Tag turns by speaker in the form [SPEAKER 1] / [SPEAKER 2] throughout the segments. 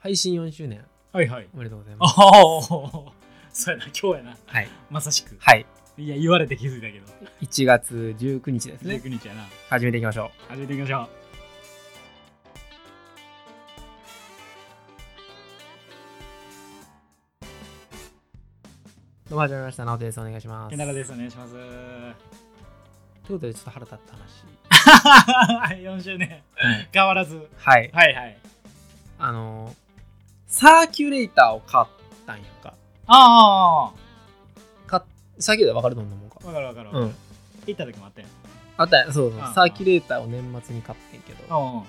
[SPEAKER 1] 配信4周年
[SPEAKER 2] はいはい
[SPEAKER 1] おめでとうござい
[SPEAKER 2] あ
[SPEAKER 1] ます
[SPEAKER 2] あ そうやな今日やな
[SPEAKER 1] はい
[SPEAKER 2] まさしく
[SPEAKER 1] はい
[SPEAKER 2] いや言われて気づいたけど
[SPEAKER 1] 1月19日ですね
[SPEAKER 2] 19日やな
[SPEAKER 1] 始めていきましょう
[SPEAKER 2] 始めていきましょ
[SPEAKER 1] どうも始まりました直人ですお願いしま
[SPEAKER 2] う
[SPEAKER 1] す
[SPEAKER 2] けならですすお願いします
[SPEAKER 1] ということでちょっと腹立った話
[SPEAKER 2] 4周年変わらず
[SPEAKER 1] はい
[SPEAKER 2] はいはい
[SPEAKER 1] あのーサーキュレーターを買ったんやんか
[SPEAKER 2] あ
[SPEAKER 1] 買っサーキュレーターわかると思うもんか
[SPEAKER 2] あわかるわかる
[SPEAKER 1] うん
[SPEAKER 2] 行った時もあったよ
[SPEAKER 1] あったやんそうそう
[SPEAKER 2] うん
[SPEAKER 1] サーキュレーターを年末に買ってんけど
[SPEAKER 2] んは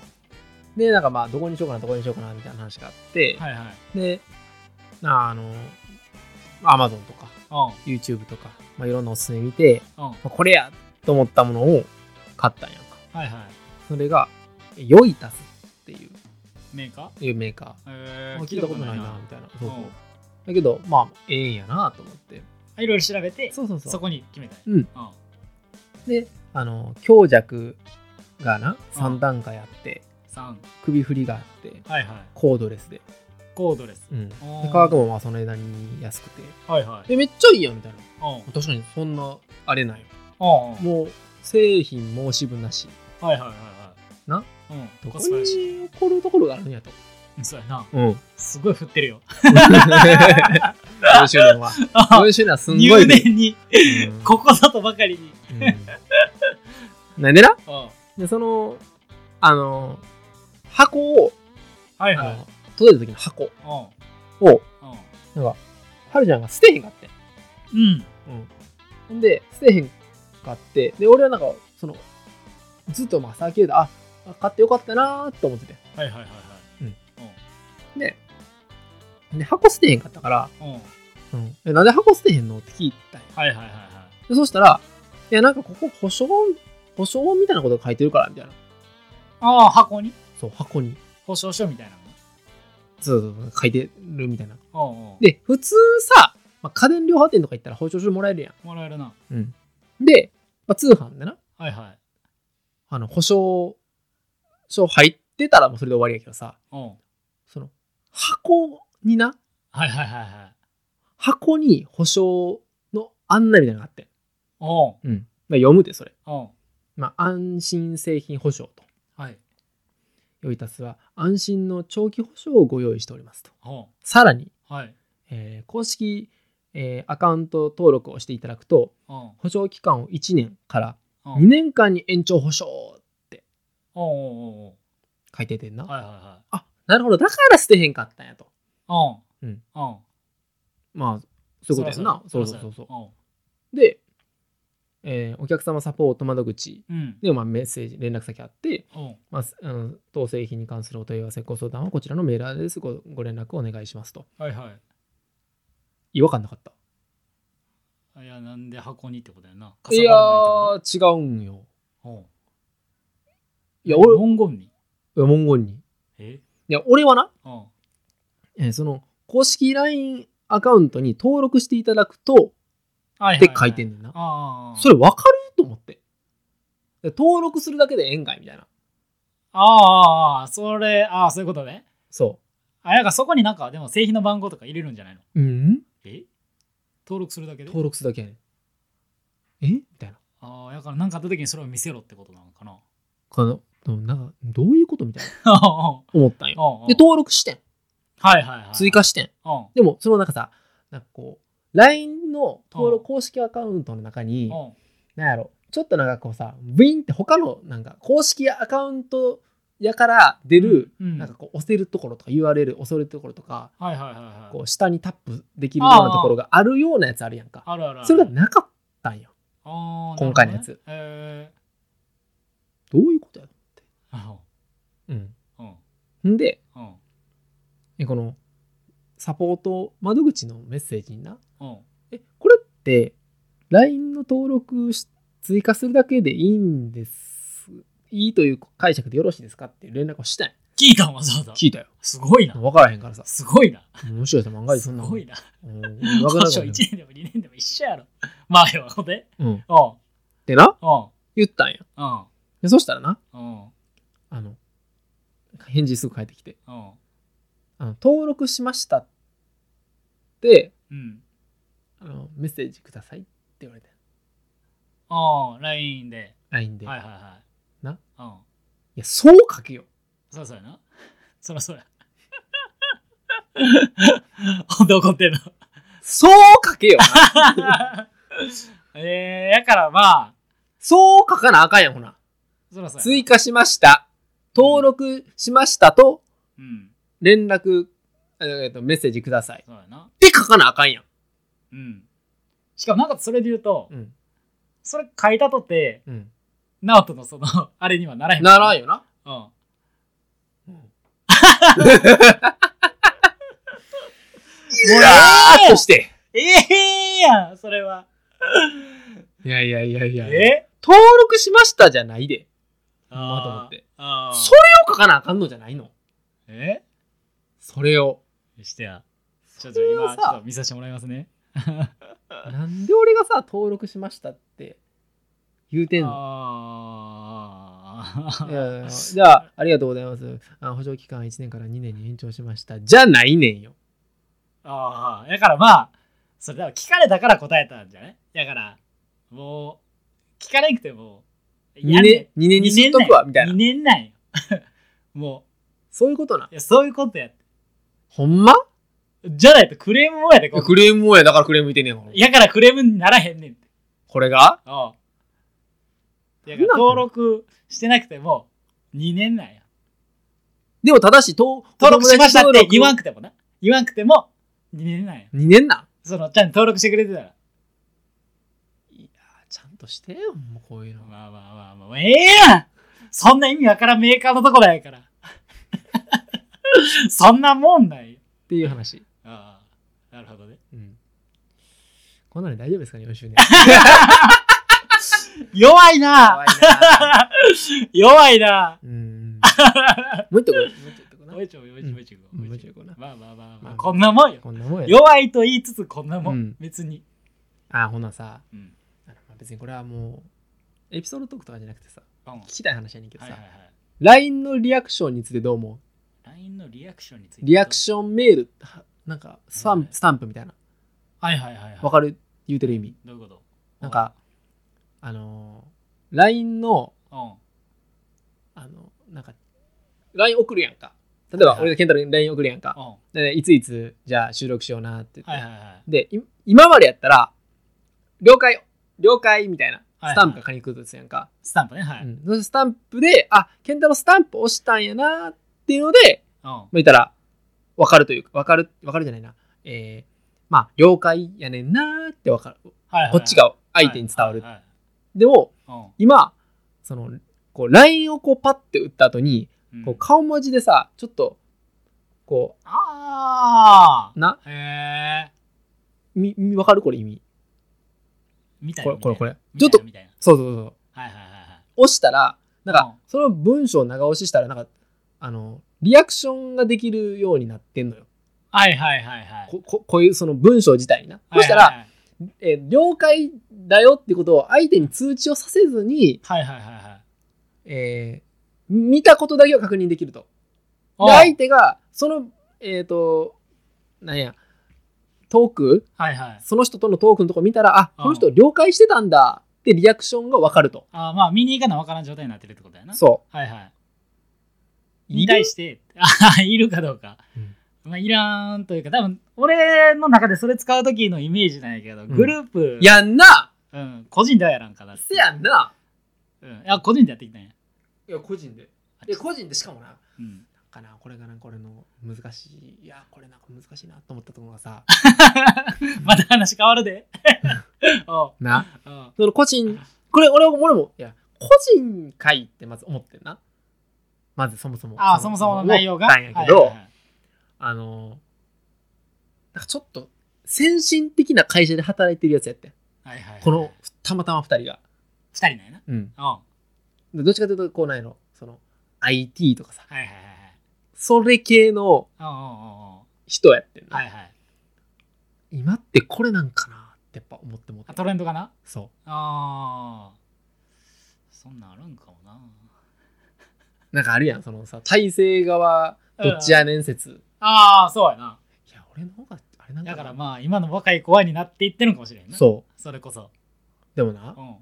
[SPEAKER 1] でなんかまあどこにしようかなどこにしようかなみたいな話があって
[SPEAKER 2] いはいうん
[SPEAKER 1] であのアマゾンとか YouTube とか、まあ、いろんなおすすめ見て、
[SPEAKER 2] うん
[SPEAKER 1] まあこれやと思ったものを買ったんやんか
[SPEAKER 2] はいはい
[SPEAKER 1] それがヨイタスってい
[SPEAKER 2] メーカー
[SPEAKER 1] ういうメーカー
[SPEAKER 2] えー
[SPEAKER 1] まあ聞いたことないなみたいなそうそう
[SPEAKER 2] うん
[SPEAKER 1] だけどまあええんやなと思って
[SPEAKER 2] あいろいろ調べて
[SPEAKER 1] そうそうそう
[SPEAKER 2] そこに決めたい
[SPEAKER 1] うんであの強弱がな3段階あって
[SPEAKER 2] 三
[SPEAKER 1] 首振りがあって
[SPEAKER 2] はいはい
[SPEAKER 1] コードレスで,、
[SPEAKER 2] コードレス
[SPEAKER 1] うん、で
[SPEAKER 2] おー
[SPEAKER 1] 価格もまあその間に安くて
[SPEAKER 2] はいはい
[SPEAKER 1] でめっちゃいいやんみたいな
[SPEAKER 2] うん
[SPEAKER 1] 確かにそんなあれない
[SPEAKER 2] うん
[SPEAKER 1] もう製品申し分なし
[SPEAKER 2] はいはいはいはい。
[SPEAKER 1] な
[SPEAKER 2] うん。
[SPEAKER 1] どこ
[SPEAKER 2] コスパやし
[SPEAKER 1] に怒るところがあるんやと。
[SPEAKER 2] うんそうやな。
[SPEAKER 1] うん。
[SPEAKER 2] すごい振ってるよ。
[SPEAKER 1] 4周年は。4周年はすんご
[SPEAKER 2] 入
[SPEAKER 1] いね。
[SPEAKER 2] 念に、
[SPEAKER 1] うん
[SPEAKER 2] ここぞとばかりに。
[SPEAKER 1] うんなんでな
[SPEAKER 2] うん。は
[SPEAKER 1] で、その、あの、箱を、
[SPEAKER 2] い
[SPEAKER 1] あ
[SPEAKER 2] はい。
[SPEAKER 1] の届いた時の箱を、
[SPEAKER 2] う
[SPEAKER 1] なんか、はるちゃんが捨てへんかってん。
[SPEAKER 2] ん。うん。うん。
[SPEAKER 1] うん。で、捨てへんかって、で、俺はなんか、その、ずっとまあ、サーキュレーター、あ、買ってよかったなーと思ってて。
[SPEAKER 2] はいはいはいはい。
[SPEAKER 1] うんで、箱捨てへんかったから、
[SPEAKER 2] うん。うん。
[SPEAKER 1] うん、えなんで箱捨てへんのって聞いたんや。
[SPEAKER 2] はいはいはいは
[SPEAKER 1] でそしたら、いや、なんかここ保証、保証みたいなことが書いてるから、みたいな。
[SPEAKER 2] い。ああ、箱に
[SPEAKER 1] そう、箱に。
[SPEAKER 2] 保証書みたいな
[SPEAKER 1] そうそうそう、書いてるみたいな。
[SPEAKER 2] の。うんうん。
[SPEAKER 1] で、普通さ、まあ、家電量販店とか行ったら保証書もらえるや
[SPEAKER 2] もらえるな。
[SPEAKER 1] ん。うん。で、まあ、通販でな、
[SPEAKER 2] はいはい。
[SPEAKER 1] あの、保証書入ってたらもうそれで終わりやけどさ、
[SPEAKER 2] うん。
[SPEAKER 1] その、箱にな、
[SPEAKER 2] はいはいはいはい。
[SPEAKER 1] 箱に保証の案内みたいなのがあって。
[SPEAKER 2] う
[SPEAKER 1] うん。まあ、読むで、それ。
[SPEAKER 2] ん。うん。
[SPEAKER 1] まあ、安心製品保証と。
[SPEAKER 2] はい。
[SPEAKER 1] ヨイタスは安心の長期保証をご用意しておりますと。
[SPEAKER 2] うん。
[SPEAKER 1] さらに、
[SPEAKER 2] はい。
[SPEAKER 1] えー公式、えーアカウント登録をしていただくと、
[SPEAKER 2] うん。
[SPEAKER 1] 保証期間を1年から
[SPEAKER 2] うん。
[SPEAKER 1] 2年間に延長保証
[SPEAKER 2] うんうんうんうん。
[SPEAKER 1] 書いててんな。
[SPEAKER 2] はいはいは
[SPEAKER 1] あなるほど、だから捨てへんかったんやと。
[SPEAKER 2] い。うん。
[SPEAKER 1] うん。
[SPEAKER 2] うん。
[SPEAKER 1] まあ、そういうことやんな。そうそうそうそう
[SPEAKER 2] う。
[SPEAKER 1] で、えーお客様サポート窓口
[SPEAKER 2] うん。
[SPEAKER 1] で、まあ、メッセージ、連絡先あって、
[SPEAKER 2] うん。
[SPEAKER 1] まあすあの当製品に関するお問い合わせ、ご相談はこちらのメールアドレスごご連絡お願いしますと。
[SPEAKER 2] はいはい。
[SPEAKER 1] 違和感なかった。
[SPEAKER 2] あいや、なんで箱にってことやな。
[SPEAKER 1] いやー、違うんよ。いや、俺、い
[SPEAKER 2] 文言に。
[SPEAKER 1] や文言に。
[SPEAKER 2] え
[SPEAKER 1] いや、俺はな、
[SPEAKER 2] うん。
[SPEAKER 1] えーその、公式 LINE アカウントに登録していただくと、
[SPEAKER 2] はい
[SPEAKER 1] って書いて
[SPEAKER 2] ん
[SPEAKER 1] んねんな。
[SPEAKER 2] ああ。
[SPEAKER 1] それ分かると思って。で登録するだけで円外みたいな。
[SPEAKER 2] ああああ、それ、ああ、そういうことね。
[SPEAKER 1] そ
[SPEAKER 2] あ、なんかそこになんか、でも製品の番号とか入れるんじゃないの
[SPEAKER 1] う。うん
[SPEAKER 2] え登録するだけで
[SPEAKER 1] 登録するだけやねん。えみたいな。
[SPEAKER 2] ああ、だからなんかあった時にそれを見せろってことなの かな。
[SPEAKER 1] この、どなんか、どういうことみたいな。
[SPEAKER 2] うん
[SPEAKER 1] 思ったんよ。
[SPEAKER 2] うんうん
[SPEAKER 1] で、登録してん。
[SPEAKER 2] はいはいはい。
[SPEAKER 1] 追。加してん。
[SPEAKER 2] うん。うん。
[SPEAKER 1] でも、そのなんかさ、なんかこう、LINE の登
[SPEAKER 2] う
[SPEAKER 1] 録
[SPEAKER 2] ん
[SPEAKER 1] 公式アカウントの中に、
[SPEAKER 2] は
[SPEAKER 1] なんやろ、ちょっとなんかこうさ、ブインって他のなんか公式アカウントやから出る、
[SPEAKER 2] うんうん
[SPEAKER 1] なんかこう押せるところとか URL 押せるところとか、
[SPEAKER 2] いはいはいはい。
[SPEAKER 1] こう下にタップできるようなところがあるようなやつあるやんか。
[SPEAKER 2] あるあるある。
[SPEAKER 1] それがなかったんよ。
[SPEAKER 2] あー
[SPEAKER 1] 今回のやつ。
[SPEAKER 2] なる
[SPEAKER 1] どういうことや
[SPEAKER 2] ほ
[SPEAKER 1] う
[SPEAKER 2] どねへ
[SPEAKER 1] ん。んで、
[SPEAKER 2] え。うん。うん。
[SPEAKER 1] えこのサポート窓口のメッセージにな、
[SPEAKER 2] うん。
[SPEAKER 1] え、これって LINE の登録し追加するだけでいいんです。いいという解釈でよろしいですかっていう連絡をしたんよ
[SPEAKER 2] 聞いたんわざわざ。
[SPEAKER 1] 聞いたよ。
[SPEAKER 2] すごいな。
[SPEAKER 1] 分からへんからさ。
[SPEAKER 2] すごいな。
[SPEAKER 1] むしろさ、漫画ですそんなもん
[SPEAKER 2] ごいな。
[SPEAKER 1] うん
[SPEAKER 2] 保
[SPEAKER 1] わからな
[SPEAKER 2] 証
[SPEAKER 1] かっ
[SPEAKER 2] 1
[SPEAKER 1] たよ
[SPEAKER 2] 年でも2年でも一緒やろ。 まあ、よ、ほんで。
[SPEAKER 1] うん。っ
[SPEAKER 2] うん。うん。
[SPEAKER 1] てな、
[SPEAKER 2] うん。
[SPEAKER 1] 言ったんや。
[SPEAKER 2] うん。
[SPEAKER 1] でそしたらな、
[SPEAKER 2] うん。
[SPEAKER 1] あの、返事すぐ返ってきて、
[SPEAKER 2] うん。
[SPEAKER 1] あのの登録しましたって
[SPEAKER 2] うん。
[SPEAKER 1] あのメッセージくださいって言われて
[SPEAKER 2] ああ、LINE で。
[SPEAKER 1] LINE で、
[SPEAKER 2] はい
[SPEAKER 1] い、
[SPEAKER 2] はいはい。
[SPEAKER 1] な
[SPEAKER 2] うん。
[SPEAKER 1] やそう書けよ
[SPEAKER 2] そらそらな。 そらそら。 ほんで怒ってんの。
[SPEAKER 1] そう書 けよ
[SPEAKER 2] えー、やからまあ、
[SPEAKER 1] そう書かなあかんやんほな
[SPEAKER 2] そらそら。
[SPEAKER 1] 追加しました登録しましたと
[SPEAKER 2] うん。
[SPEAKER 1] 連絡、えー、とメッセージくださいっ
[SPEAKER 2] そうやな。
[SPEAKER 1] て書かなあかんやん、
[SPEAKER 2] うん。しかもなんかそれで言うと、
[SPEAKER 1] うん
[SPEAKER 2] それ書いたとて、
[SPEAKER 1] うん、
[SPEAKER 2] ナオトのその、あれにはならへん。
[SPEAKER 1] ならんよな
[SPEAKER 2] うん。
[SPEAKER 1] いやーっとして
[SPEAKER 2] ええやん、それは。
[SPEAKER 1] いやいやいやいや
[SPEAKER 2] え
[SPEAKER 1] 登録しましたじゃないで
[SPEAKER 2] あ
[SPEAKER 1] まと思って。
[SPEAKER 2] あー
[SPEAKER 1] それを書かなあかんのじゃないの
[SPEAKER 2] え
[SPEAKER 1] それを
[SPEAKER 2] してや。ちょっ
[SPEAKER 1] そ
[SPEAKER 2] と
[SPEAKER 1] れを
[SPEAKER 2] 今、
[SPEAKER 1] さ
[SPEAKER 2] ちょっと見させてもらいますね。
[SPEAKER 1] なんで俺がさ登録しましたって言うてんの
[SPEAKER 2] ああ。
[SPEAKER 1] いやい やじゃあありがとうございますあ補助期間1年から2年に延長しましたじゃないねんよ
[SPEAKER 2] ああ、だからまあ、それだ聞かれたから答えたんじゃないだから、もう、聞かれなくても、
[SPEAKER 1] 2年二年にしとくわみたい
[SPEAKER 2] 2
[SPEAKER 1] な
[SPEAKER 2] 年なんよ。 も
[SPEAKER 1] そういうことな
[SPEAKER 2] う、いやそういうことやって。
[SPEAKER 1] ほんま
[SPEAKER 2] じゃないとクレームもやで、ここ
[SPEAKER 1] クレームもやだからクレームいてんねん
[SPEAKER 2] やからクレームにならへんねんって。
[SPEAKER 1] これが
[SPEAKER 2] ああ。や
[SPEAKER 1] ん
[SPEAKER 2] か
[SPEAKER 1] な
[SPEAKER 2] ら
[SPEAKER 1] ん
[SPEAKER 2] 登録してなくても、2年なんや。
[SPEAKER 1] でもただし登
[SPEAKER 2] 登録しましたって言わんくてもな。言わんくても、2年なんや。
[SPEAKER 1] 2年な
[SPEAKER 2] その、ちゃんと登録してくれてたら。
[SPEAKER 1] いやちゃんとしてよもうこういうの
[SPEAKER 2] まあまあまあまあ、ええやんそんな意味わからんメーカーのとこだやから。 そんなもんないよ。
[SPEAKER 1] っていう話
[SPEAKER 2] ああ、なるほどね。
[SPEAKER 1] うんこんなの大丈夫ですかね4周年
[SPEAKER 2] 弱いな
[SPEAKER 1] 怖いな
[SPEAKER 2] 弱いな
[SPEAKER 1] うんもう一個もう一個な
[SPEAKER 2] おいちょこ、おいちょこ、おいちょこ
[SPEAKER 1] うん
[SPEAKER 2] おいち
[SPEAKER 1] おいち
[SPEAKER 2] ょ
[SPEAKER 1] ょこな
[SPEAKER 2] まあまあまあ
[SPEAKER 1] ま
[SPEAKER 2] ま
[SPEAKER 1] あ
[SPEAKER 2] あ、こんなもんよ。
[SPEAKER 1] こんなもん やな
[SPEAKER 2] 弱いと言いつつこんなも
[SPEAKER 1] うんん。
[SPEAKER 2] 別に。
[SPEAKER 1] あほなさ
[SPEAKER 2] うん。
[SPEAKER 1] あのまあ別にこれはもうエピソードトークとかじゃなくてさ
[SPEAKER 2] うん
[SPEAKER 1] 聞きたい話やねんけど
[SPEAKER 2] はいはい
[SPEAKER 1] さ
[SPEAKER 2] はい。
[SPEAKER 1] LINE のリアクションについてどう思う
[SPEAKER 2] LINE のリアクションについて。
[SPEAKER 1] リアクションメールはなんかスタン,、
[SPEAKER 2] はい
[SPEAKER 1] スタンプみたいな
[SPEAKER 2] ョン。はいはいはいはい。
[SPEAKER 1] わかる言うてる意味
[SPEAKER 2] どういうこと
[SPEAKER 1] なんかあのー LINE の
[SPEAKER 2] うん。
[SPEAKER 1] あのなんか LINE 送るやんか例えば
[SPEAKER 2] はいはい
[SPEAKER 1] 俺が健太郎に LINE 送るやんか、
[SPEAKER 2] うん。は
[SPEAKER 1] でいついつじゃあ収録しようなって言
[SPEAKER 2] い
[SPEAKER 1] って、
[SPEAKER 2] はいはい。
[SPEAKER 1] でい今までやったら了解了解みたいな
[SPEAKER 2] はいはい
[SPEAKER 1] スタンプが借りに来るとするやんか、
[SPEAKER 2] スタンプね。はい。
[SPEAKER 1] う
[SPEAKER 2] う。
[SPEAKER 1] んん、そのスタンプであ健太郎スタンプ押したんやなっていうので
[SPEAKER 2] は
[SPEAKER 1] まあ、言ったら、わかるというか、わかる、わかるじゃないな。えー、まあ、了解やねんなーってわかる。
[SPEAKER 2] いはい。
[SPEAKER 1] こっちが相手に伝わる。
[SPEAKER 2] はいはい
[SPEAKER 1] でも、
[SPEAKER 2] はい。
[SPEAKER 1] 今、その、こう、LINE をこう、パッて打った後に、
[SPEAKER 2] うん
[SPEAKER 1] こう、顔文字でさ、ちょっと、こ
[SPEAKER 2] あ
[SPEAKER 1] う、な、
[SPEAKER 2] あへえ。
[SPEAKER 1] み、みわかるこれ意味。
[SPEAKER 2] みたい
[SPEAKER 1] こ
[SPEAKER 2] な。
[SPEAKER 1] れ、これ、これ。
[SPEAKER 2] み
[SPEAKER 1] ち
[SPEAKER 2] た
[SPEAKER 1] ょっ
[SPEAKER 2] いな
[SPEAKER 1] と、
[SPEAKER 2] みたいな。
[SPEAKER 1] そうそうそう。
[SPEAKER 2] はいはいはいはい。
[SPEAKER 1] 押したら、なん
[SPEAKER 2] う
[SPEAKER 1] か
[SPEAKER 2] ん、
[SPEAKER 1] その文章を長押ししたら、なんか、あの、リアクションができるようになってんのよ。
[SPEAKER 2] はいはいはいはい。
[SPEAKER 1] こ、ここういう、その文章自体にな。そしたら、、えー了解だよってことを相手に通知をさせずに、
[SPEAKER 2] はいはいはいはい。
[SPEAKER 1] えー見たことだけを確認できると。で
[SPEAKER 2] は
[SPEAKER 1] 相
[SPEAKER 2] い
[SPEAKER 1] 手がそのえっ、となんやトーク
[SPEAKER 2] はいはい。
[SPEAKER 1] その人とのトークのとこ見たらあ
[SPEAKER 2] うん
[SPEAKER 1] この人了解してたんだってリアクションが分かると。
[SPEAKER 2] ああまあ、見に行かなわからん状態になってるってことやな。
[SPEAKER 1] そ
[SPEAKER 2] はいはい。
[SPEAKER 1] う。
[SPEAKER 2] に対して、 ああ、いるかどうか。まあ、いらんというか、多分俺の中でそれ使う時のイメージなんやけど、グループ、
[SPEAKER 1] やんな
[SPEAKER 2] うん、個人ではやらんかなって。
[SPEAKER 1] せやんな
[SPEAKER 2] うん。いや、個人でやってきたんや。
[SPEAKER 1] いや個人で。で個人でしかもな。
[SPEAKER 2] うん。
[SPEAKER 1] なんかなこれがなんか俺の難しいいやこれなんか難しいなと思ったところがさ
[SPEAKER 2] また話変わるで。おう
[SPEAKER 1] な
[SPEAKER 2] うん。
[SPEAKER 1] その個人、これ、俺も、俺も、いや、個人会ってまず思ってんな。まずそもそも。
[SPEAKER 2] ああ、そもそもの内容が。
[SPEAKER 1] 思ったんやけど、
[SPEAKER 2] はいはいはい
[SPEAKER 1] あのー、なんかちょっと、先進的な会社で働いてるやつやってん
[SPEAKER 2] はいはいはい
[SPEAKER 1] この、たまたま二人が。
[SPEAKER 2] 二人なんやな。
[SPEAKER 1] うん。
[SPEAKER 2] うん。は
[SPEAKER 1] でどっちかというと、こうなんやろ、その、IT とかさ、
[SPEAKER 2] いはいはい
[SPEAKER 1] それ系の
[SPEAKER 2] はい。うんうんうんうん。
[SPEAKER 1] 人やってんな。
[SPEAKER 2] はいはい。
[SPEAKER 1] 今ってこれなんかなってやっぱ思って思って
[SPEAKER 2] あ。トレンドかな
[SPEAKER 1] そ
[SPEAKER 2] ああ。そんなんあるんかもな。
[SPEAKER 1] う。なんかあるやん、そのさ、体制側、どっちやねん説。
[SPEAKER 2] ああ、そうやな。
[SPEAKER 1] いや、俺の方が、あれなん
[SPEAKER 2] だ
[SPEAKER 1] だ
[SPEAKER 2] か
[SPEAKER 1] な
[SPEAKER 2] らまあ、今の若い子はになっていってるのかもしれんな。
[SPEAKER 1] そう。
[SPEAKER 2] それこそ。
[SPEAKER 1] でもな
[SPEAKER 2] う、ん。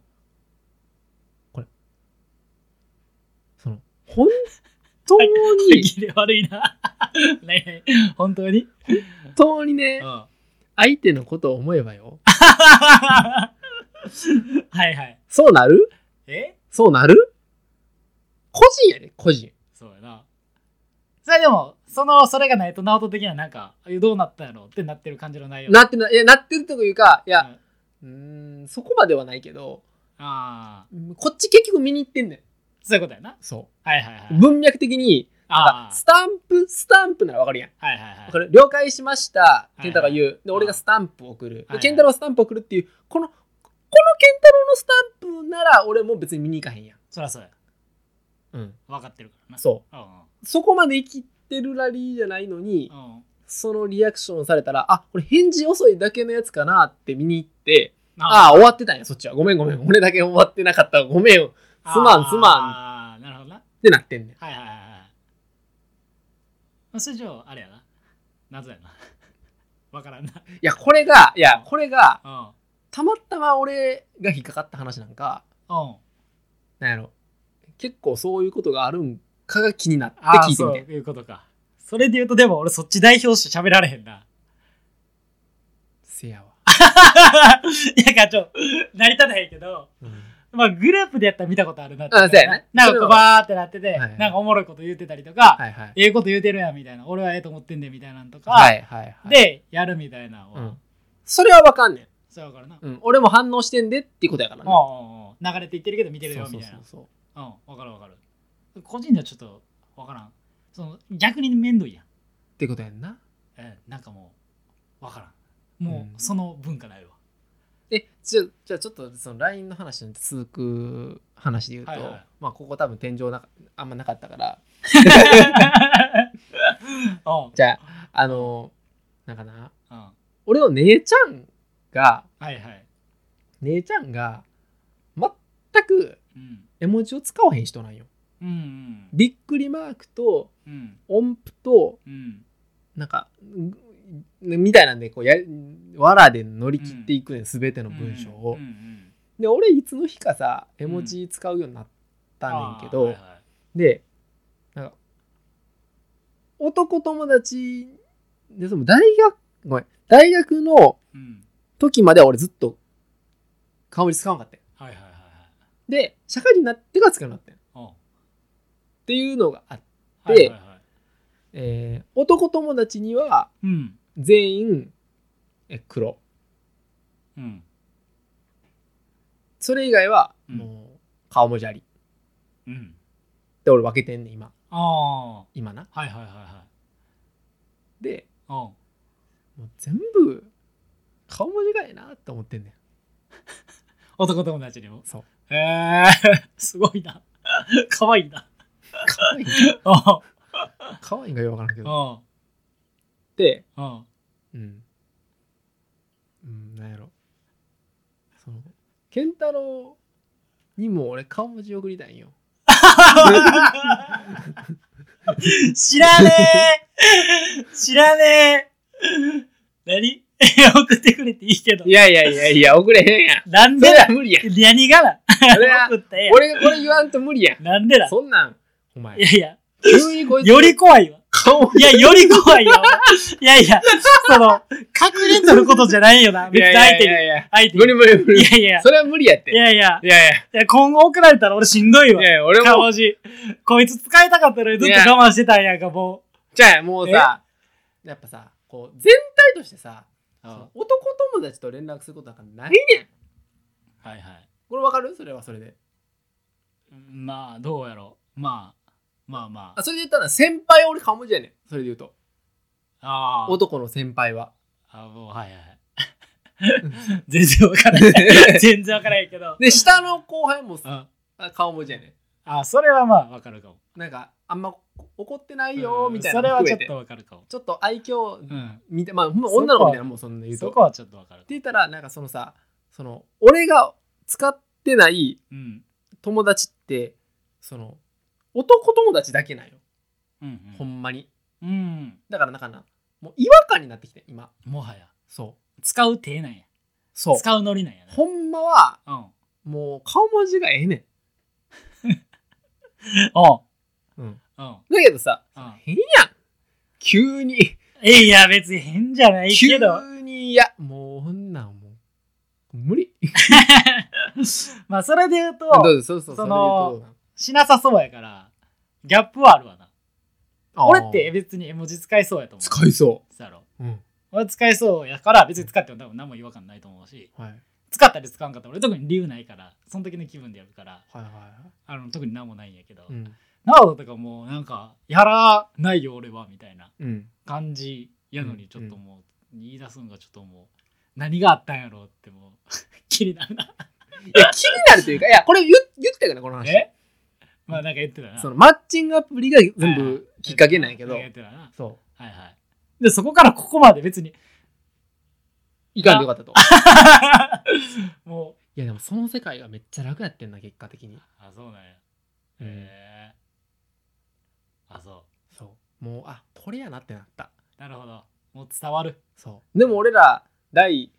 [SPEAKER 1] その、本当に、
[SPEAKER 2] 激で悪いな。 ねえ本当に
[SPEAKER 1] 本当にね
[SPEAKER 2] うん。、 は
[SPEAKER 1] 相手のことを思えばよ。
[SPEAKER 2] いはい。
[SPEAKER 1] そうなる
[SPEAKER 2] え
[SPEAKER 1] そうなる個人やで、個人。
[SPEAKER 2] そうやな。それでも、その、それがないと、ナオト的にはなんか、えどうなったんやろってなってる感じの内容。
[SPEAKER 1] なってな、いや、なってるというか、い
[SPEAKER 2] うん、
[SPEAKER 1] や、
[SPEAKER 2] あ
[SPEAKER 1] うーん、そこまではないけど、
[SPEAKER 2] あ
[SPEAKER 1] うんこっち結局見に行ってんねん。
[SPEAKER 2] ー、そういうことやな。
[SPEAKER 1] そ
[SPEAKER 2] はいはいは
[SPEAKER 1] う。
[SPEAKER 2] い。
[SPEAKER 1] 文脈的に、
[SPEAKER 2] あ
[SPEAKER 1] スタンプ、スタンプならわかるやん。
[SPEAKER 2] あ、はいはいはい。
[SPEAKER 1] これ了解しました。
[SPEAKER 2] い
[SPEAKER 1] 健太が言う。で、
[SPEAKER 2] うん
[SPEAKER 1] 俺がスタンプを送る。
[SPEAKER 2] はい
[SPEAKER 1] で、健太郎はスタンプを送るっていう、この、この健太郎のスタンプなら、俺もう別に見に行かへんやん。
[SPEAKER 2] そりゃそうや。
[SPEAKER 1] うん。
[SPEAKER 2] 分かってるからな。。
[SPEAKER 1] そうう。そこまで生きてるラリーじゃないのに、
[SPEAKER 2] うん。うん。
[SPEAKER 1] そのリアクションされたら、あ、これ返事遅いだけのやつかなって見に行って、あ
[SPEAKER 2] あ
[SPEAKER 1] あ、終わってたんや、そっちは。ごめんごめん。俺だけ終わってなかったわ。ごめん。っ
[SPEAKER 2] あ
[SPEAKER 1] すまんすまん
[SPEAKER 2] ああ、なるほどな。
[SPEAKER 1] てなってんねん。
[SPEAKER 2] はいはいはいはいまあ。それじゃあ、あれやな。謎やな。分からんな。
[SPEAKER 1] いや、これが、いや、これが、
[SPEAKER 2] う
[SPEAKER 1] たまたま俺が引っかかった話なんか、
[SPEAKER 2] ん。うん。
[SPEAKER 1] なんやろ。結構そういうことがあるんかが気になって
[SPEAKER 2] ああ
[SPEAKER 1] 聞いてみ
[SPEAKER 2] そ
[SPEAKER 1] て
[SPEAKER 2] う。いうことか。それで言うと、でも俺そっち代表して喋られへん な。
[SPEAKER 1] せやわ。
[SPEAKER 2] いや、課長、成り立たへんけど、まあ、グループでやったら見たことあるなって。
[SPEAKER 1] あそうやね
[SPEAKER 2] なんかこう、バーってなってて、
[SPEAKER 1] はい
[SPEAKER 2] なんかおもろいこと言ってたりとか、
[SPEAKER 1] はいはい。
[SPEAKER 2] ええこと言うてるやんみたいな、俺はええと思ってんでみたいなんとか、
[SPEAKER 1] はいはいはい。、
[SPEAKER 2] で、やるみたいなのを、
[SPEAKER 1] うん、それはわかんねん。
[SPEAKER 2] そうやからな。
[SPEAKER 1] うん、俺も反応してんでっていうことやからね。
[SPEAKER 2] もう流れていってるけど見てるよ
[SPEAKER 1] そう
[SPEAKER 2] み
[SPEAKER 1] そう
[SPEAKER 2] たい
[SPEAKER 1] そ
[SPEAKER 2] な
[SPEAKER 1] う。そう。
[SPEAKER 2] うん、わかるわかる。個人ではちょっとわからん。その逆に面倒いやん。
[SPEAKER 1] ってことやんな。
[SPEAKER 2] えなんかもうわからん。も
[SPEAKER 1] うん
[SPEAKER 2] うその文化 ないわ。
[SPEAKER 1] え、じゃあじゃあちょっとその LINE の話に続く話で言うと、
[SPEAKER 2] はいはい
[SPEAKER 1] まあここ多分天井なかあんまなかったから、
[SPEAKER 2] うん
[SPEAKER 1] じゃあ、あの、なんかな、
[SPEAKER 2] うん。は
[SPEAKER 1] 俺の姉ちゃんが、
[SPEAKER 2] いはい。
[SPEAKER 1] 姉ちゃんが、全く
[SPEAKER 2] うん。
[SPEAKER 1] 絵文字を使わへん人なんよ。
[SPEAKER 2] うん
[SPEAKER 1] びっくりマークと
[SPEAKER 2] うん。うん。
[SPEAKER 1] 音符と、
[SPEAKER 2] うん。
[SPEAKER 1] なんか、んみたいなんで、こうや、わらで乗り切っていくねん、すべての文章を。
[SPEAKER 2] うんうん
[SPEAKER 1] で、俺、いつの日かさ、絵文字使うようになったねんけど、
[SPEAKER 2] あーはいはい
[SPEAKER 1] で、なんか、男友達で、その大学、ごめん、大学の
[SPEAKER 2] うん。
[SPEAKER 1] 時までは俺ずっと、顔に使わんかったよ
[SPEAKER 2] はいはいはいはい
[SPEAKER 1] で、社会人になってから使うようになったよ
[SPEAKER 2] うん。
[SPEAKER 1] っていうのがあって、
[SPEAKER 2] はいはいはい。
[SPEAKER 1] えー男友達には
[SPEAKER 2] うん。
[SPEAKER 1] 全員、え黒。
[SPEAKER 2] うん。
[SPEAKER 1] それ以外は、
[SPEAKER 2] うん
[SPEAKER 1] もう、顔文字あり。
[SPEAKER 2] うん。
[SPEAKER 1] で、俺分けてんねん、今。
[SPEAKER 2] ああ。は
[SPEAKER 1] 今な。
[SPEAKER 2] いはいはいはい。
[SPEAKER 1] で、
[SPEAKER 2] うん。
[SPEAKER 1] もう全部、顔文字がええなって思ってんねん。
[SPEAKER 2] 男友達にも
[SPEAKER 1] そう。
[SPEAKER 2] へえー、 すごいな。かわい いな。
[SPEAKER 1] 可愛いんか
[SPEAKER 2] あ
[SPEAKER 1] 可愛いんかよくわからんけど。
[SPEAKER 2] あ。
[SPEAKER 1] で、
[SPEAKER 2] うん。
[SPEAKER 1] うん。うん、なんやろ。その、健太郎にも俺顔文字送りたいんよ。
[SPEAKER 2] 知らねえ知らねえ何 送ってくれていいけど。
[SPEAKER 1] やいやいやいや、送れへんやん。
[SPEAKER 2] なん
[SPEAKER 1] そ
[SPEAKER 2] で
[SPEAKER 1] れは
[SPEAKER 2] だ
[SPEAKER 1] 無理やん。
[SPEAKER 2] 何がだ
[SPEAKER 1] それは
[SPEAKER 2] 送ったらええやん
[SPEAKER 1] 俺がこれ言わんと無理やん。
[SPEAKER 2] なんでだ
[SPEAKER 1] そんなん、お前
[SPEAKER 2] い、やいや、
[SPEAKER 1] 急にこいつ
[SPEAKER 2] より怖いわ。
[SPEAKER 1] 顔文
[SPEAKER 2] いや、より怖いよ。いやいや、その、確認取ることじゃないよな。
[SPEAKER 1] 字。
[SPEAKER 2] 別に相手に。
[SPEAKER 1] いや。
[SPEAKER 2] 相手
[SPEAKER 1] 無理
[SPEAKER 2] に。
[SPEAKER 1] 無理無理。
[SPEAKER 2] いやいや
[SPEAKER 1] そ、れは無理やって。
[SPEAKER 2] いやいや、
[SPEAKER 1] いやいや
[SPEAKER 2] いや今後送られたら俺しんどいわ
[SPEAKER 1] い。やいや、俺
[SPEAKER 2] 顔
[SPEAKER 1] も、
[SPEAKER 2] 文字。こいつ使いたかったのにずっと我慢してたんやんか、も
[SPEAKER 1] じゃあもうさ、やっぱさ、こう、全体としてさ、そ
[SPEAKER 2] う。
[SPEAKER 1] の
[SPEAKER 2] は
[SPEAKER 1] 男友達と連絡することなんかないねん。
[SPEAKER 2] いはい。
[SPEAKER 1] これわかるそれはそれで。
[SPEAKER 2] まあ、どうやろう。まあ、まあま
[SPEAKER 1] あ
[SPEAKER 2] あ。
[SPEAKER 1] それで言ったら先輩は俺顔文字やねんそれで言うと
[SPEAKER 2] あー
[SPEAKER 1] 男の先輩 は
[SPEAKER 2] あ、もう、はいはい。 全然わからない。全然わからないけど。
[SPEAKER 1] で下の後輩も
[SPEAKER 2] あ
[SPEAKER 1] あ顔文字やね
[SPEAKER 2] あ、それはまあ、わかるかも。
[SPEAKER 1] んなんかあんま怒ってないよーみたいな
[SPEAKER 2] それ
[SPEAKER 1] の
[SPEAKER 2] は
[SPEAKER 1] 含
[SPEAKER 2] ちょ
[SPEAKER 1] め
[SPEAKER 2] ってとわかるかも。
[SPEAKER 1] ちょっと愛嬌
[SPEAKER 2] うん。
[SPEAKER 1] みたいまあほんま女の子みたいなもんそんな言うと
[SPEAKER 2] そ
[SPEAKER 1] っ
[SPEAKER 2] こ
[SPEAKER 1] て
[SPEAKER 2] はちょっとわかる。
[SPEAKER 1] 言ったらなんかそのさその俺が使ってない
[SPEAKER 2] うん。
[SPEAKER 1] 友達ってその男友達だけなんよ、
[SPEAKER 2] うんうん。
[SPEAKER 1] ほんまに
[SPEAKER 2] うん。
[SPEAKER 1] だからなんかな、もう違和感になってきて、今。
[SPEAKER 2] もはや。
[SPEAKER 1] そう。
[SPEAKER 2] 使う手なんや。
[SPEAKER 1] そう。
[SPEAKER 2] 使うノリなんやな。
[SPEAKER 1] ほんまは、
[SPEAKER 2] うん。お
[SPEAKER 1] もう顔文字がええね。
[SPEAKER 2] うん
[SPEAKER 1] うん。
[SPEAKER 2] ん。うん。
[SPEAKER 1] だけどさ、
[SPEAKER 2] うん。
[SPEAKER 1] 変やん。急に、
[SPEAKER 2] え、いや、別に変じゃないけど。
[SPEAKER 1] 急に、いや、もう、ほんなんもう、無理。
[SPEAKER 2] まあ、それで言うと、
[SPEAKER 1] どうぞそうそう、
[SPEAKER 2] そ
[SPEAKER 1] そ
[SPEAKER 2] の
[SPEAKER 1] れで言うと
[SPEAKER 2] しなさそうやから、ギャップはあるわな。
[SPEAKER 1] あー
[SPEAKER 2] 俺って別に絵文字使いそうやと思う。
[SPEAKER 1] 使いそ
[SPEAKER 2] そうやろ。
[SPEAKER 1] う。うん。
[SPEAKER 2] 俺使いそうやから、別に使っても多分何も違和感ないと思うし、
[SPEAKER 1] はい。
[SPEAKER 2] 使ったり使わんかったら俺特に理由ないから、その時の気分でやるから、
[SPEAKER 1] はいは
[SPEAKER 2] あの特に何もないんやけど、
[SPEAKER 1] い。うん。
[SPEAKER 2] なおとかもうなんか、やらないよ俺はみたいな
[SPEAKER 1] うん。
[SPEAKER 2] 感じやのに、ちょっともう、言い出すんがちょっともう、何があったんやろうってもう、 気になるな。
[SPEAKER 1] いや、気になるというか、いや、これ言言ったよね、この話。
[SPEAKER 2] えまあなんか言ってたな。
[SPEAKER 1] そのマッチングアプリが全部きっかけなんやけど
[SPEAKER 2] んか、言ってたな
[SPEAKER 1] そ
[SPEAKER 2] はいはい。で、そこからここまで別に、
[SPEAKER 1] う。いかんでよかったと。
[SPEAKER 2] も
[SPEAKER 1] いや、でもその世界がめっちゃ楽やってんな、結果的に
[SPEAKER 2] う。、あ、そうなんや。へ
[SPEAKER 1] うん
[SPEAKER 2] えあ、そ
[SPEAKER 1] そう。もう、あ、これやなってなった。
[SPEAKER 2] う。なるほど。もう伝わる。
[SPEAKER 1] そう。でも俺ら、第、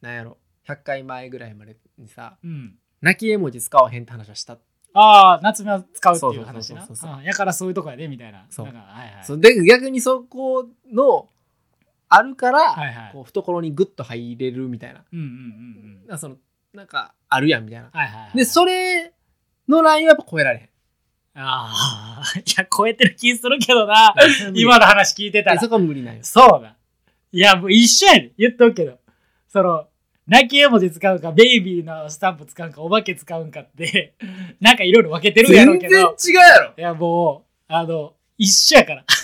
[SPEAKER 1] なんやろ、100回前ぐらいまでにさ、
[SPEAKER 2] うん。
[SPEAKER 1] 泣き絵文字使わへんって話はした。
[SPEAKER 2] ああ、夏目は使うっていう話な。
[SPEAKER 1] そうそうそうそうそう
[SPEAKER 2] うんやからそういうとこやで、みたいな。
[SPEAKER 1] そう
[SPEAKER 2] なんかはいはい。
[SPEAKER 1] そうで、逆にそこの、あるから、
[SPEAKER 2] はいはい。
[SPEAKER 1] こう懐にグッと入れるみたいな。
[SPEAKER 2] うんうんうんうん。
[SPEAKER 1] なそのなんか、あるやんみたいな。
[SPEAKER 2] はいはいはい。
[SPEAKER 1] で、それのラインはやっぱ超えられへん。
[SPEAKER 2] あ あ、いや、超えてる気するけどな。 今
[SPEAKER 1] 今
[SPEAKER 2] の話聞いてたら。
[SPEAKER 1] そこは無理なんよ。
[SPEAKER 2] そうだ。いや、もう一緒やねん。言っとくけど。その、泣き絵文字使うか、ベイビーのスタンプ使うか、お化け使うんかって、 なんかいろいろ分けてるやろう
[SPEAKER 1] 全
[SPEAKER 2] け
[SPEAKER 1] 然違うや
[SPEAKER 2] ど。
[SPEAKER 1] ろ
[SPEAKER 2] いや、もう、あの、一緒やから。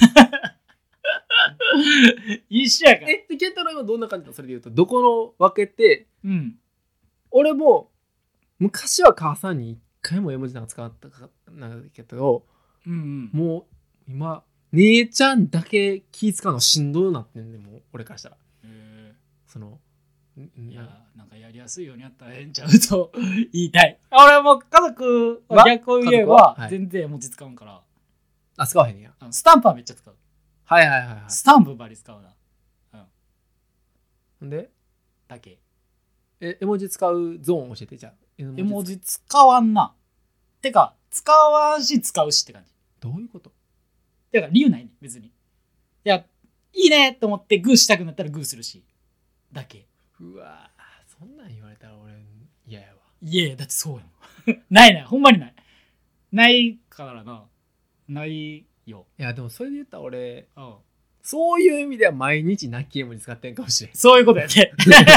[SPEAKER 2] 一緒やから。
[SPEAKER 1] え、で、ケンタロウ今どんな感じだそれで言うと、どこの分けて、
[SPEAKER 2] うん。
[SPEAKER 1] 俺も、昔は母さんに一回も絵文字なんか使わなかったなんだけど、
[SPEAKER 2] うんうん。
[SPEAKER 1] もう今、姉ちゃんだけ気使うのしんどいなってんで、もう俺からしたら。
[SPEAKER 2] え
[SPEAKER 1] その、ん
[SPEAKER 2] ー
[SPEAKER 1] な
[SPEAKER 2] いや、なんかやりやすいようにやったらええんちゃうと 言いたい。俺はもう家族は
[SPEAKER 1] は
[SPEAKER 2] 逆を言え
[SPEAKER 1] 家族
[SPEAKER 2] ば
[SPEAKER 1] は、はい
[SPEAKER 2] 全然絵文字使うんから、
[SPEAKER 1] あ、使わへんねや。
[SPEAKER 2] あのスタンプはめっちゃ使う。
[SPEAKER 1] はいはいはいは
[SPEAKER 2] スタンプばり使うな。
[SPEAKER 1] い。んで、
[SPEAKER 2] だけ。
[SPEAKER 1] え、絵文字使うゾーン教えて、じゃあ。絵
[SPEAKER 2] 絵
[SPEAKER 1] 文
[SPEAKER 2] 文
[SPEAKER 1] 字
[SPEAKER 2] 字使わんな。てか、使わんし使うしって感じ。
[SPEAKER 1] どういうこと
[SPEAKER 2] だから理由ないね、別に。いや、いいねと思ってグーしたくなったらグーするし。だけ。
[SPEAKER 1] うわぁそんなん言われたら俺嫌やわ。
[SPEAKER 2] いやいや、だってそうやもん。 ないない、ほんまにない。ないからな。ないよ。
[SPEAKER 1] いやでもそれで言ったら俺
[SPEAKER 2] うん。
[SPEAKER 1] そういう意味では毎日泣き絵文字使ってんかもしれん
[SPEAKER 2] そういうことやね。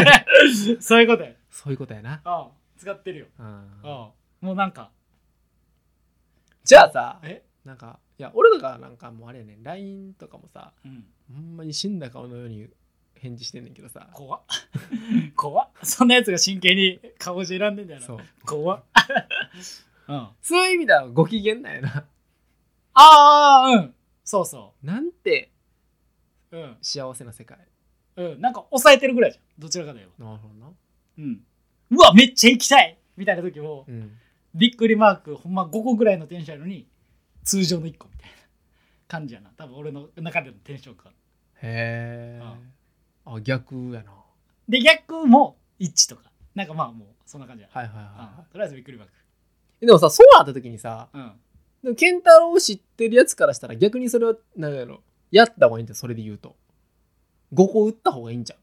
[SPEAKER 2] そういうことや。
[SPEAKER 1] そういうことやな、
[SPEAKER 2] ああ、使ってるよ。
[SPEAKER 1] うん
[SPEAKER 2] ああ、もうなんか。
[SPEAKER 1] じゃあさ
[SPEAKER 2] え
[SPEAKER 1] なんかいや俺とかなんかもうあれやねん LINE とかもさ
[SPEAKER 2] うん。
[SPEAKER 1] ほんまに死んだ顔のように返事してんねんけどさ
[SPEAKER 2] 怖っ 怖っそんなやつが真剣に顔文字選んでんだよ
[SPEAKER 1] そ
[SPEAKER 2] な
[SPEAKER 1] う。
[SPEAKER 2] 怖っ うん。
[SPEAKER 1] そういう意味ではご機嫌なんやな
[SPEAKER 2] ああ、うん。そうそ
[SPEAKER 1] なんて
[SPEAKER 2] う。うん。
[SPEAKER 1] 幸せな世界
[SPEAKER 2] うん。なんか抑えてるぐらいじゃん。どちらかといえば。
[SPEAKER 1] なるほどな
[SPEAKER 2] うん。うわ、めっちゃ行きたいみたいな時も、
[SPEAKER 1] うん
[SPEAKER 2] びっくりマーク、ほんま5個ぐらいのテンションやのに、通常の1個みたいな感じやな。多分俺の中でのテンションか。
[SPEAKER 1] へえあ逆やな
[SPEAKER 2] で、逆も1とか。なんかまあもう、そんな感じや。
[SPEAKER 1] はいはいはい
[SPEAKER 2] うん
[SPEAKER 1] は
[SPEAKER 2] とりあえずびっくりマーク。
[SPEAKER 1] いでもさそうなった時にさ
[SPEAKER 2] うん。
[SPEAKER 1] でもケンタロウを知ってるやつからしたら逆にそれは何やろやった方がいいんじゃんそれで言うと5個打った方がいいんじゃん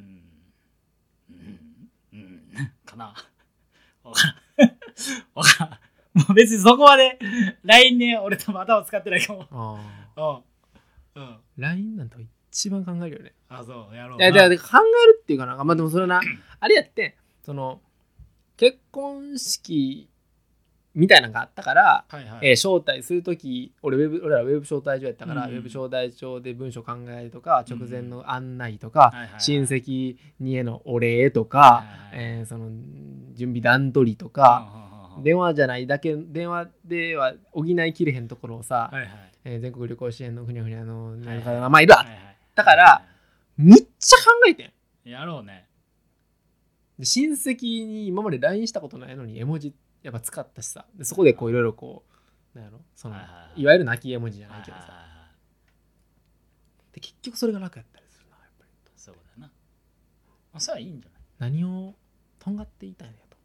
[SPEAKER 2] うん。うん。うん。かな。わからん。わからん。もう別にそこまで、LINE で俺多分頭使ってないかも。
[SPEAKER 1] あ
[SPEAKER 2] うん。うん。
[SPEAKER 1] LINE なんて一番考えるよね
[SPEAKER 2] あ、そう、やろう
[SPEAKER 1] い
[SPEAKER 2] な。
[SPEAKER 1] やだから考えるっていうかなんかまあでもそれ なあれやってその結婚式みたいなのがあったから、
[SPEAKER 2] はいはい。
[SPEAKER 1] えー招待する時俺ウェブ俺らウェブ招待所やったから、
[SPEAKER 2] うん
[SPEAKER 1] ウェブ招待所で文章考えるとか直前の案内とか、
[SPEAKER 2] はいはいはい
[SPEAKER 1] 親戚にへのお礼と
[SPEAKER 2] は
[SPEAKER 1] か、
[SPEAKER 2] いはいはい
[SPEAKER 1] えーその準備段取りと
[SPEAKER 2] は
[SPEAKER 1] か、
[SPEAKER 2] はは
[SPEAKER 1] 電話じゃないだけ電話では補いきれへんところをさ、
[SPEAKER 2] はいはい。
[SPEAKER 1] えー全国旅行支援のふにゃふにゃの
[SPEAKER 2] はい
[SPEAKER 1] なんか名前だ、
[SPEAKER 2] はいはい
[SPEAKER 1] だから、むっちゃ考えてん
[SPEAKER 2] やろうね。
[SPEAKER 1] で親戚に今まで LINE したことないのに絵文字やっぱ使ったしさでそこでこういろいろこうなんやろその、
[SPEAKER 2] はい
[SPEAKER 1] い
[SPEAKER 2] はいはい
[SPEAKER 1] わゆる泣き絵文字じゃ
[SPEAKER 2] は
[SPEAKER 1] ないい
[SPEAKER 2] はい
[SPEAKER 1] けど
[SPEAKER 2] は
[SPEAKER 1] さで結局それが楽やったりするなやっぱり
[SPEAKER 2] そういうことやな。まあ、それはいいんじゃない
[SPEAKER 1] 何をとんがっていたいのやと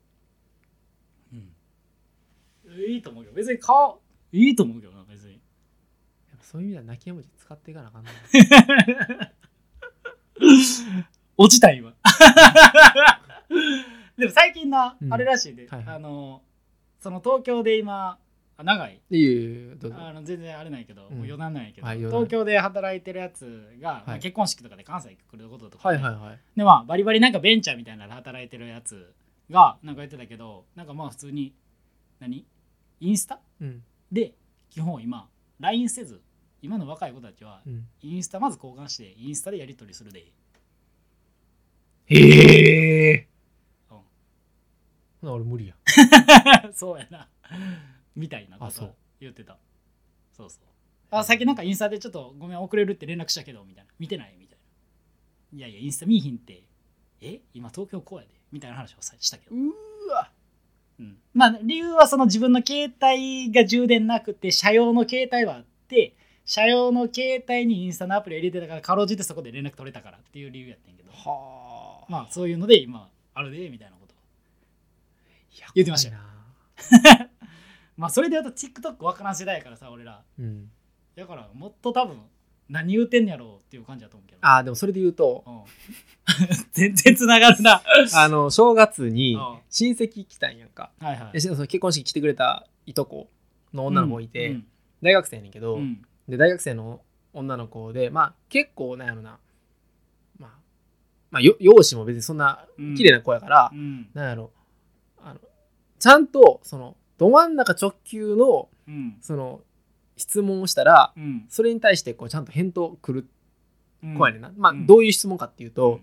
[SPEAKER 2] うん。いいと思うけど、別に顔、いいと思うけどな、別 に。
[SPEAKER 1] やっぱそういう意味では泣きやむじ使っていかなあ かんな
[SPEAKER 2] 落ちた今。 でも最近な、
[SPEAKER 1] うん
[SPEAKER 2] あれらしいで、
[SPEAKER 1] はいはい
[SPEAKER 2] あの、その東京で今、あ長い
[SPEAKER 1] いえいえどうぞ
[SPEAKER 2] あの全然あれないけど、
[SPEAKER 1] うん
[SPEAKER 2] もう余談ないけど、
[SPEAKER 1] はい余談
[SPEAKER 2] 東京で働いてるやつが、まあ
[SPEAKER 1] はい
[SPEAKER 2] 結婚式とかで関西来ることとか、
[SPEAKER 1] はいはいはい
[SPEAKER 2] でまあバリバリなんかベンチャーみたいなので働いてるやつがなんか言ってたけどなんかまあ普通に何インスタ
[SPEAKER 1] うん
[SPEAKER 2] で基本今 LINE せず今の若い子たちは
[SPEAKER 1] うん
[SPEAKER 2] インスタまず交換してインスタでやり取りするで
[SPEAKER 1] へえ
[SPEAKER 2] うん
[SPEAKER 1] 俺無理や
[SPEAKER 2] そうやなみたいなこ
[SPEAKER 1] あそ
[SPEAKER 2] と
[SPEAKER 1] う
[SPEAKER 2] 言ってたそうそうあ最近なんかインスタでちょっとごめん遅れるって連絡したけどみたいな見てないみたいないやいやインスタ見いひんってえ今東京こうやでみたいな話をさしたけど
[SPEAKER 1] うわ
[SPEAKER 2] うんまあ理由はその自分の携帯が充電なくて社用の携帯はあって社用の携帯にインスタのアプリを入れてたからかろうじてそこで連絡取れたからっていう理由やってんけど
[SPEAKER 1] はあ
[SPEAKER 2] まあそういうので今あるでみたいなこと言ってました
[SPEAKER 1] よ
[SPEAKER 2] よまあそれで言うと TikTok わからん世代やからさ俺ら
[SPEAKER 1] うん
[SPEAKER 2] だからもっと多分何言うてんやろうっていう感じだと思うけど
[SPEAKER 1] ああでもそれで言うと
[SPEAKER 2] うん 全然つながるな
[SPEAKER 1] あの正月に
[SPEAKER 2] うん
[SPEAKER 1] 親戚来たんやんか
[SPEAKER 2] はいはい
[SPEAKER 1] でその結婚式来てくれたいとこの女の子いて、
[SPEAKER 2] うん
[SPEAKER 1] 大学生やねんけど、
[SPEAKER 2] うん
[SPEAKER 1] で大学生の女の子でまあ結構なんやろなまあ、まあ、よ容姿も別にそんな
[SPEAKER 2] うん
[SPEAKER 1] 綺麗な子やから
[SPEAKER 2] う、ん
[SPEAKER 1] なんやろあのちゃんとそのど真ん中直球の
[SPEAKER 2] うん
[SPEAKER 1] その質問をしたら
[SPEAKER 2] うん
[SPEAKER 1] それに対してこうちゃんと返答くる
[SPEAKER 2] うん
[SPEAKER 1] 子やねんな、まあ
[SPEAKER 2] うん
[SPEAKER 1] どういう質問かっていう
[SPEAKER 2] う
[SPEAKER 1] と、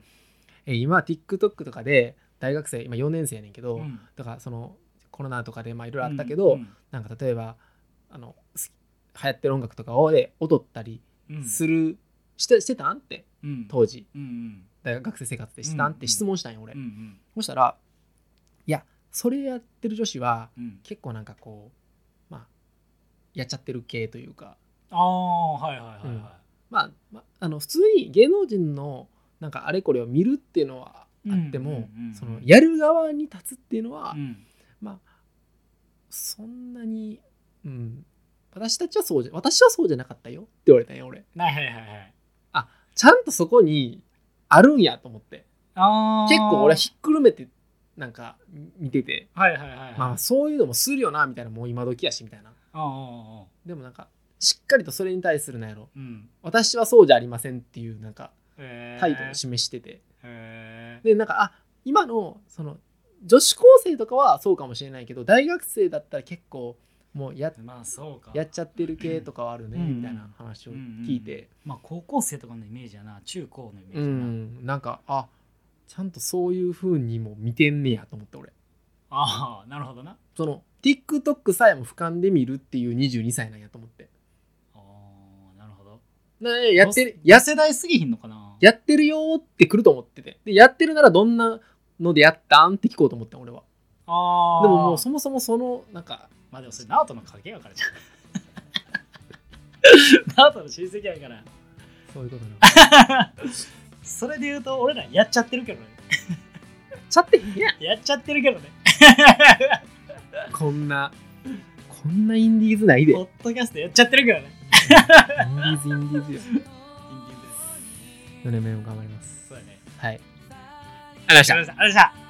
[SPEAKER 1] え今 TikTok とかで大学生今4年生やねんけど、
[SPEAKER 2] ん
[SPEAKER 1] だからそのコロナとかでまあいろいろあったけど、
[SPEAKER 2] うん
[SPEAKER 1] なんか例えばあの好き流行ってる音楽とかをで踊ったり
[SPEAKER 2] うん
[SPEAKER 1] する、してしてたんって
[SPEAKER 2] うん
[SPEAKER 1] 当時
[SPEAKER 2] うんうん
[SPEAKER 1] 大学学生生活でしてたんっ
[SPEAKER 2] うん
[SPEAKER 1] て質問したんよ俺、
[SPEAKER 2] うんうん
[SPEAKER 1] そしたらいやそれやってる女子は
[SPEAKER 2] うん
[SPEAKER 1] 結構なんかこうまあやっちゃってる系というか
[SPEAKER 2] ああはいはいはいは
[SPEAKER 1] まあ、まあ、あの普通に芸能人のなんかあれこれを見るっていうのはあっても、
[SPEAKER 2] うんうんうんうん
[SPEAKER 1] そのやる側に立つっていうのは、
[SPEAKER 2] いうん
[SPEAKER 1] そんなに、うん、私たちはそうじゃ私はそうじゃなかったよって言われたんよ俺
[SPEAKER 2] はいはいはいはい
[SPEAKER 1] ちゃんとそこにあるんやと思って
[SPEAKER 2] ああ
[SPEAKER 1] 結構俺はひっくるめてなんか見てて
[SPEAKER 2] はいはいはいはい
[SPEAKER 1] まあそういうのもするよなみたいなもう今時やしみたいな
[SPEAKER 2] あー
[SPEAKER 1] でもなんかしっかりとそれに対するなんやろ
[SPEAKER 2] うん
[SPEAKER 1] 私はそうじゃありませんっていうなんか
[SPEAKER 2] へー
[SPEAKER 1] 態度を示してて
[SPEAKER 2] へー
[SPEAKER 1] でなんかあ今のその女子高生とかはそうかもしれないけど大学生だったら結構もうや
[SPEAKER 2] まあそうか
[SPEAKER 1] やっちゃってる系とかはあるね
[SPEAKER 2] うん
[SPEAKER 1] みたいな話を聞いて、
[SPEAKER 2] まあ高校生とかのイメージやな中高のイメージ
[SPEAKER 1] う
[SPEAKER 2] やな、
[SPEAKER 1] ん、なんかあちゃんとそういう風にも見てんねやと思って俺
[SPEAKER 2] ああなるほどな
[SPEAKER 1] その TikTok さえも俯瞰で見るっていう22歳なんやと思って
[SPEAKER 2] ああなるほど
[SPEAKER 1] なやってる
[SPEAKER 2] 痩
[SPEAKER 1] や
[SPEAKER 2] せ代すぎひんのかな
[SPEAKER 1] やってるよーって来ると思っててでやってるならどんなのでやったんって聞こうと思った俺は
[SPEAKER 2] ああ
[SPEAKER 1] でももうそもそもそのなんか
[SPEAKER 2] まあでもそれナオトの影やからじゃん ナオトの親戚やから
[SPEAKER 1] そういうことな
[SPEAKER 2] それで言うと俺らやっちゃってるけどね
[SPEAKER 1] ちゃってへんやん
[SPEAKER 2] やっちゃってるけどね
[SPEAKER 1] こんなこんなインディーズ ないでイ
[SPEAKER 2] ポ
[SPEAKER 1] ン
[SPEAKER 2] ッドキャストやっちゃってるけどね
[SPEAKER 1] ディーズインディーズよ
[SPEAKER 2] インディーズ
[SPEAKER 1] 4年目も頑張ります
[SPEAKER 2] そうやね
[SPEAKER 1] はいありがとうございました
[SPEAKER 2] ありがとうございました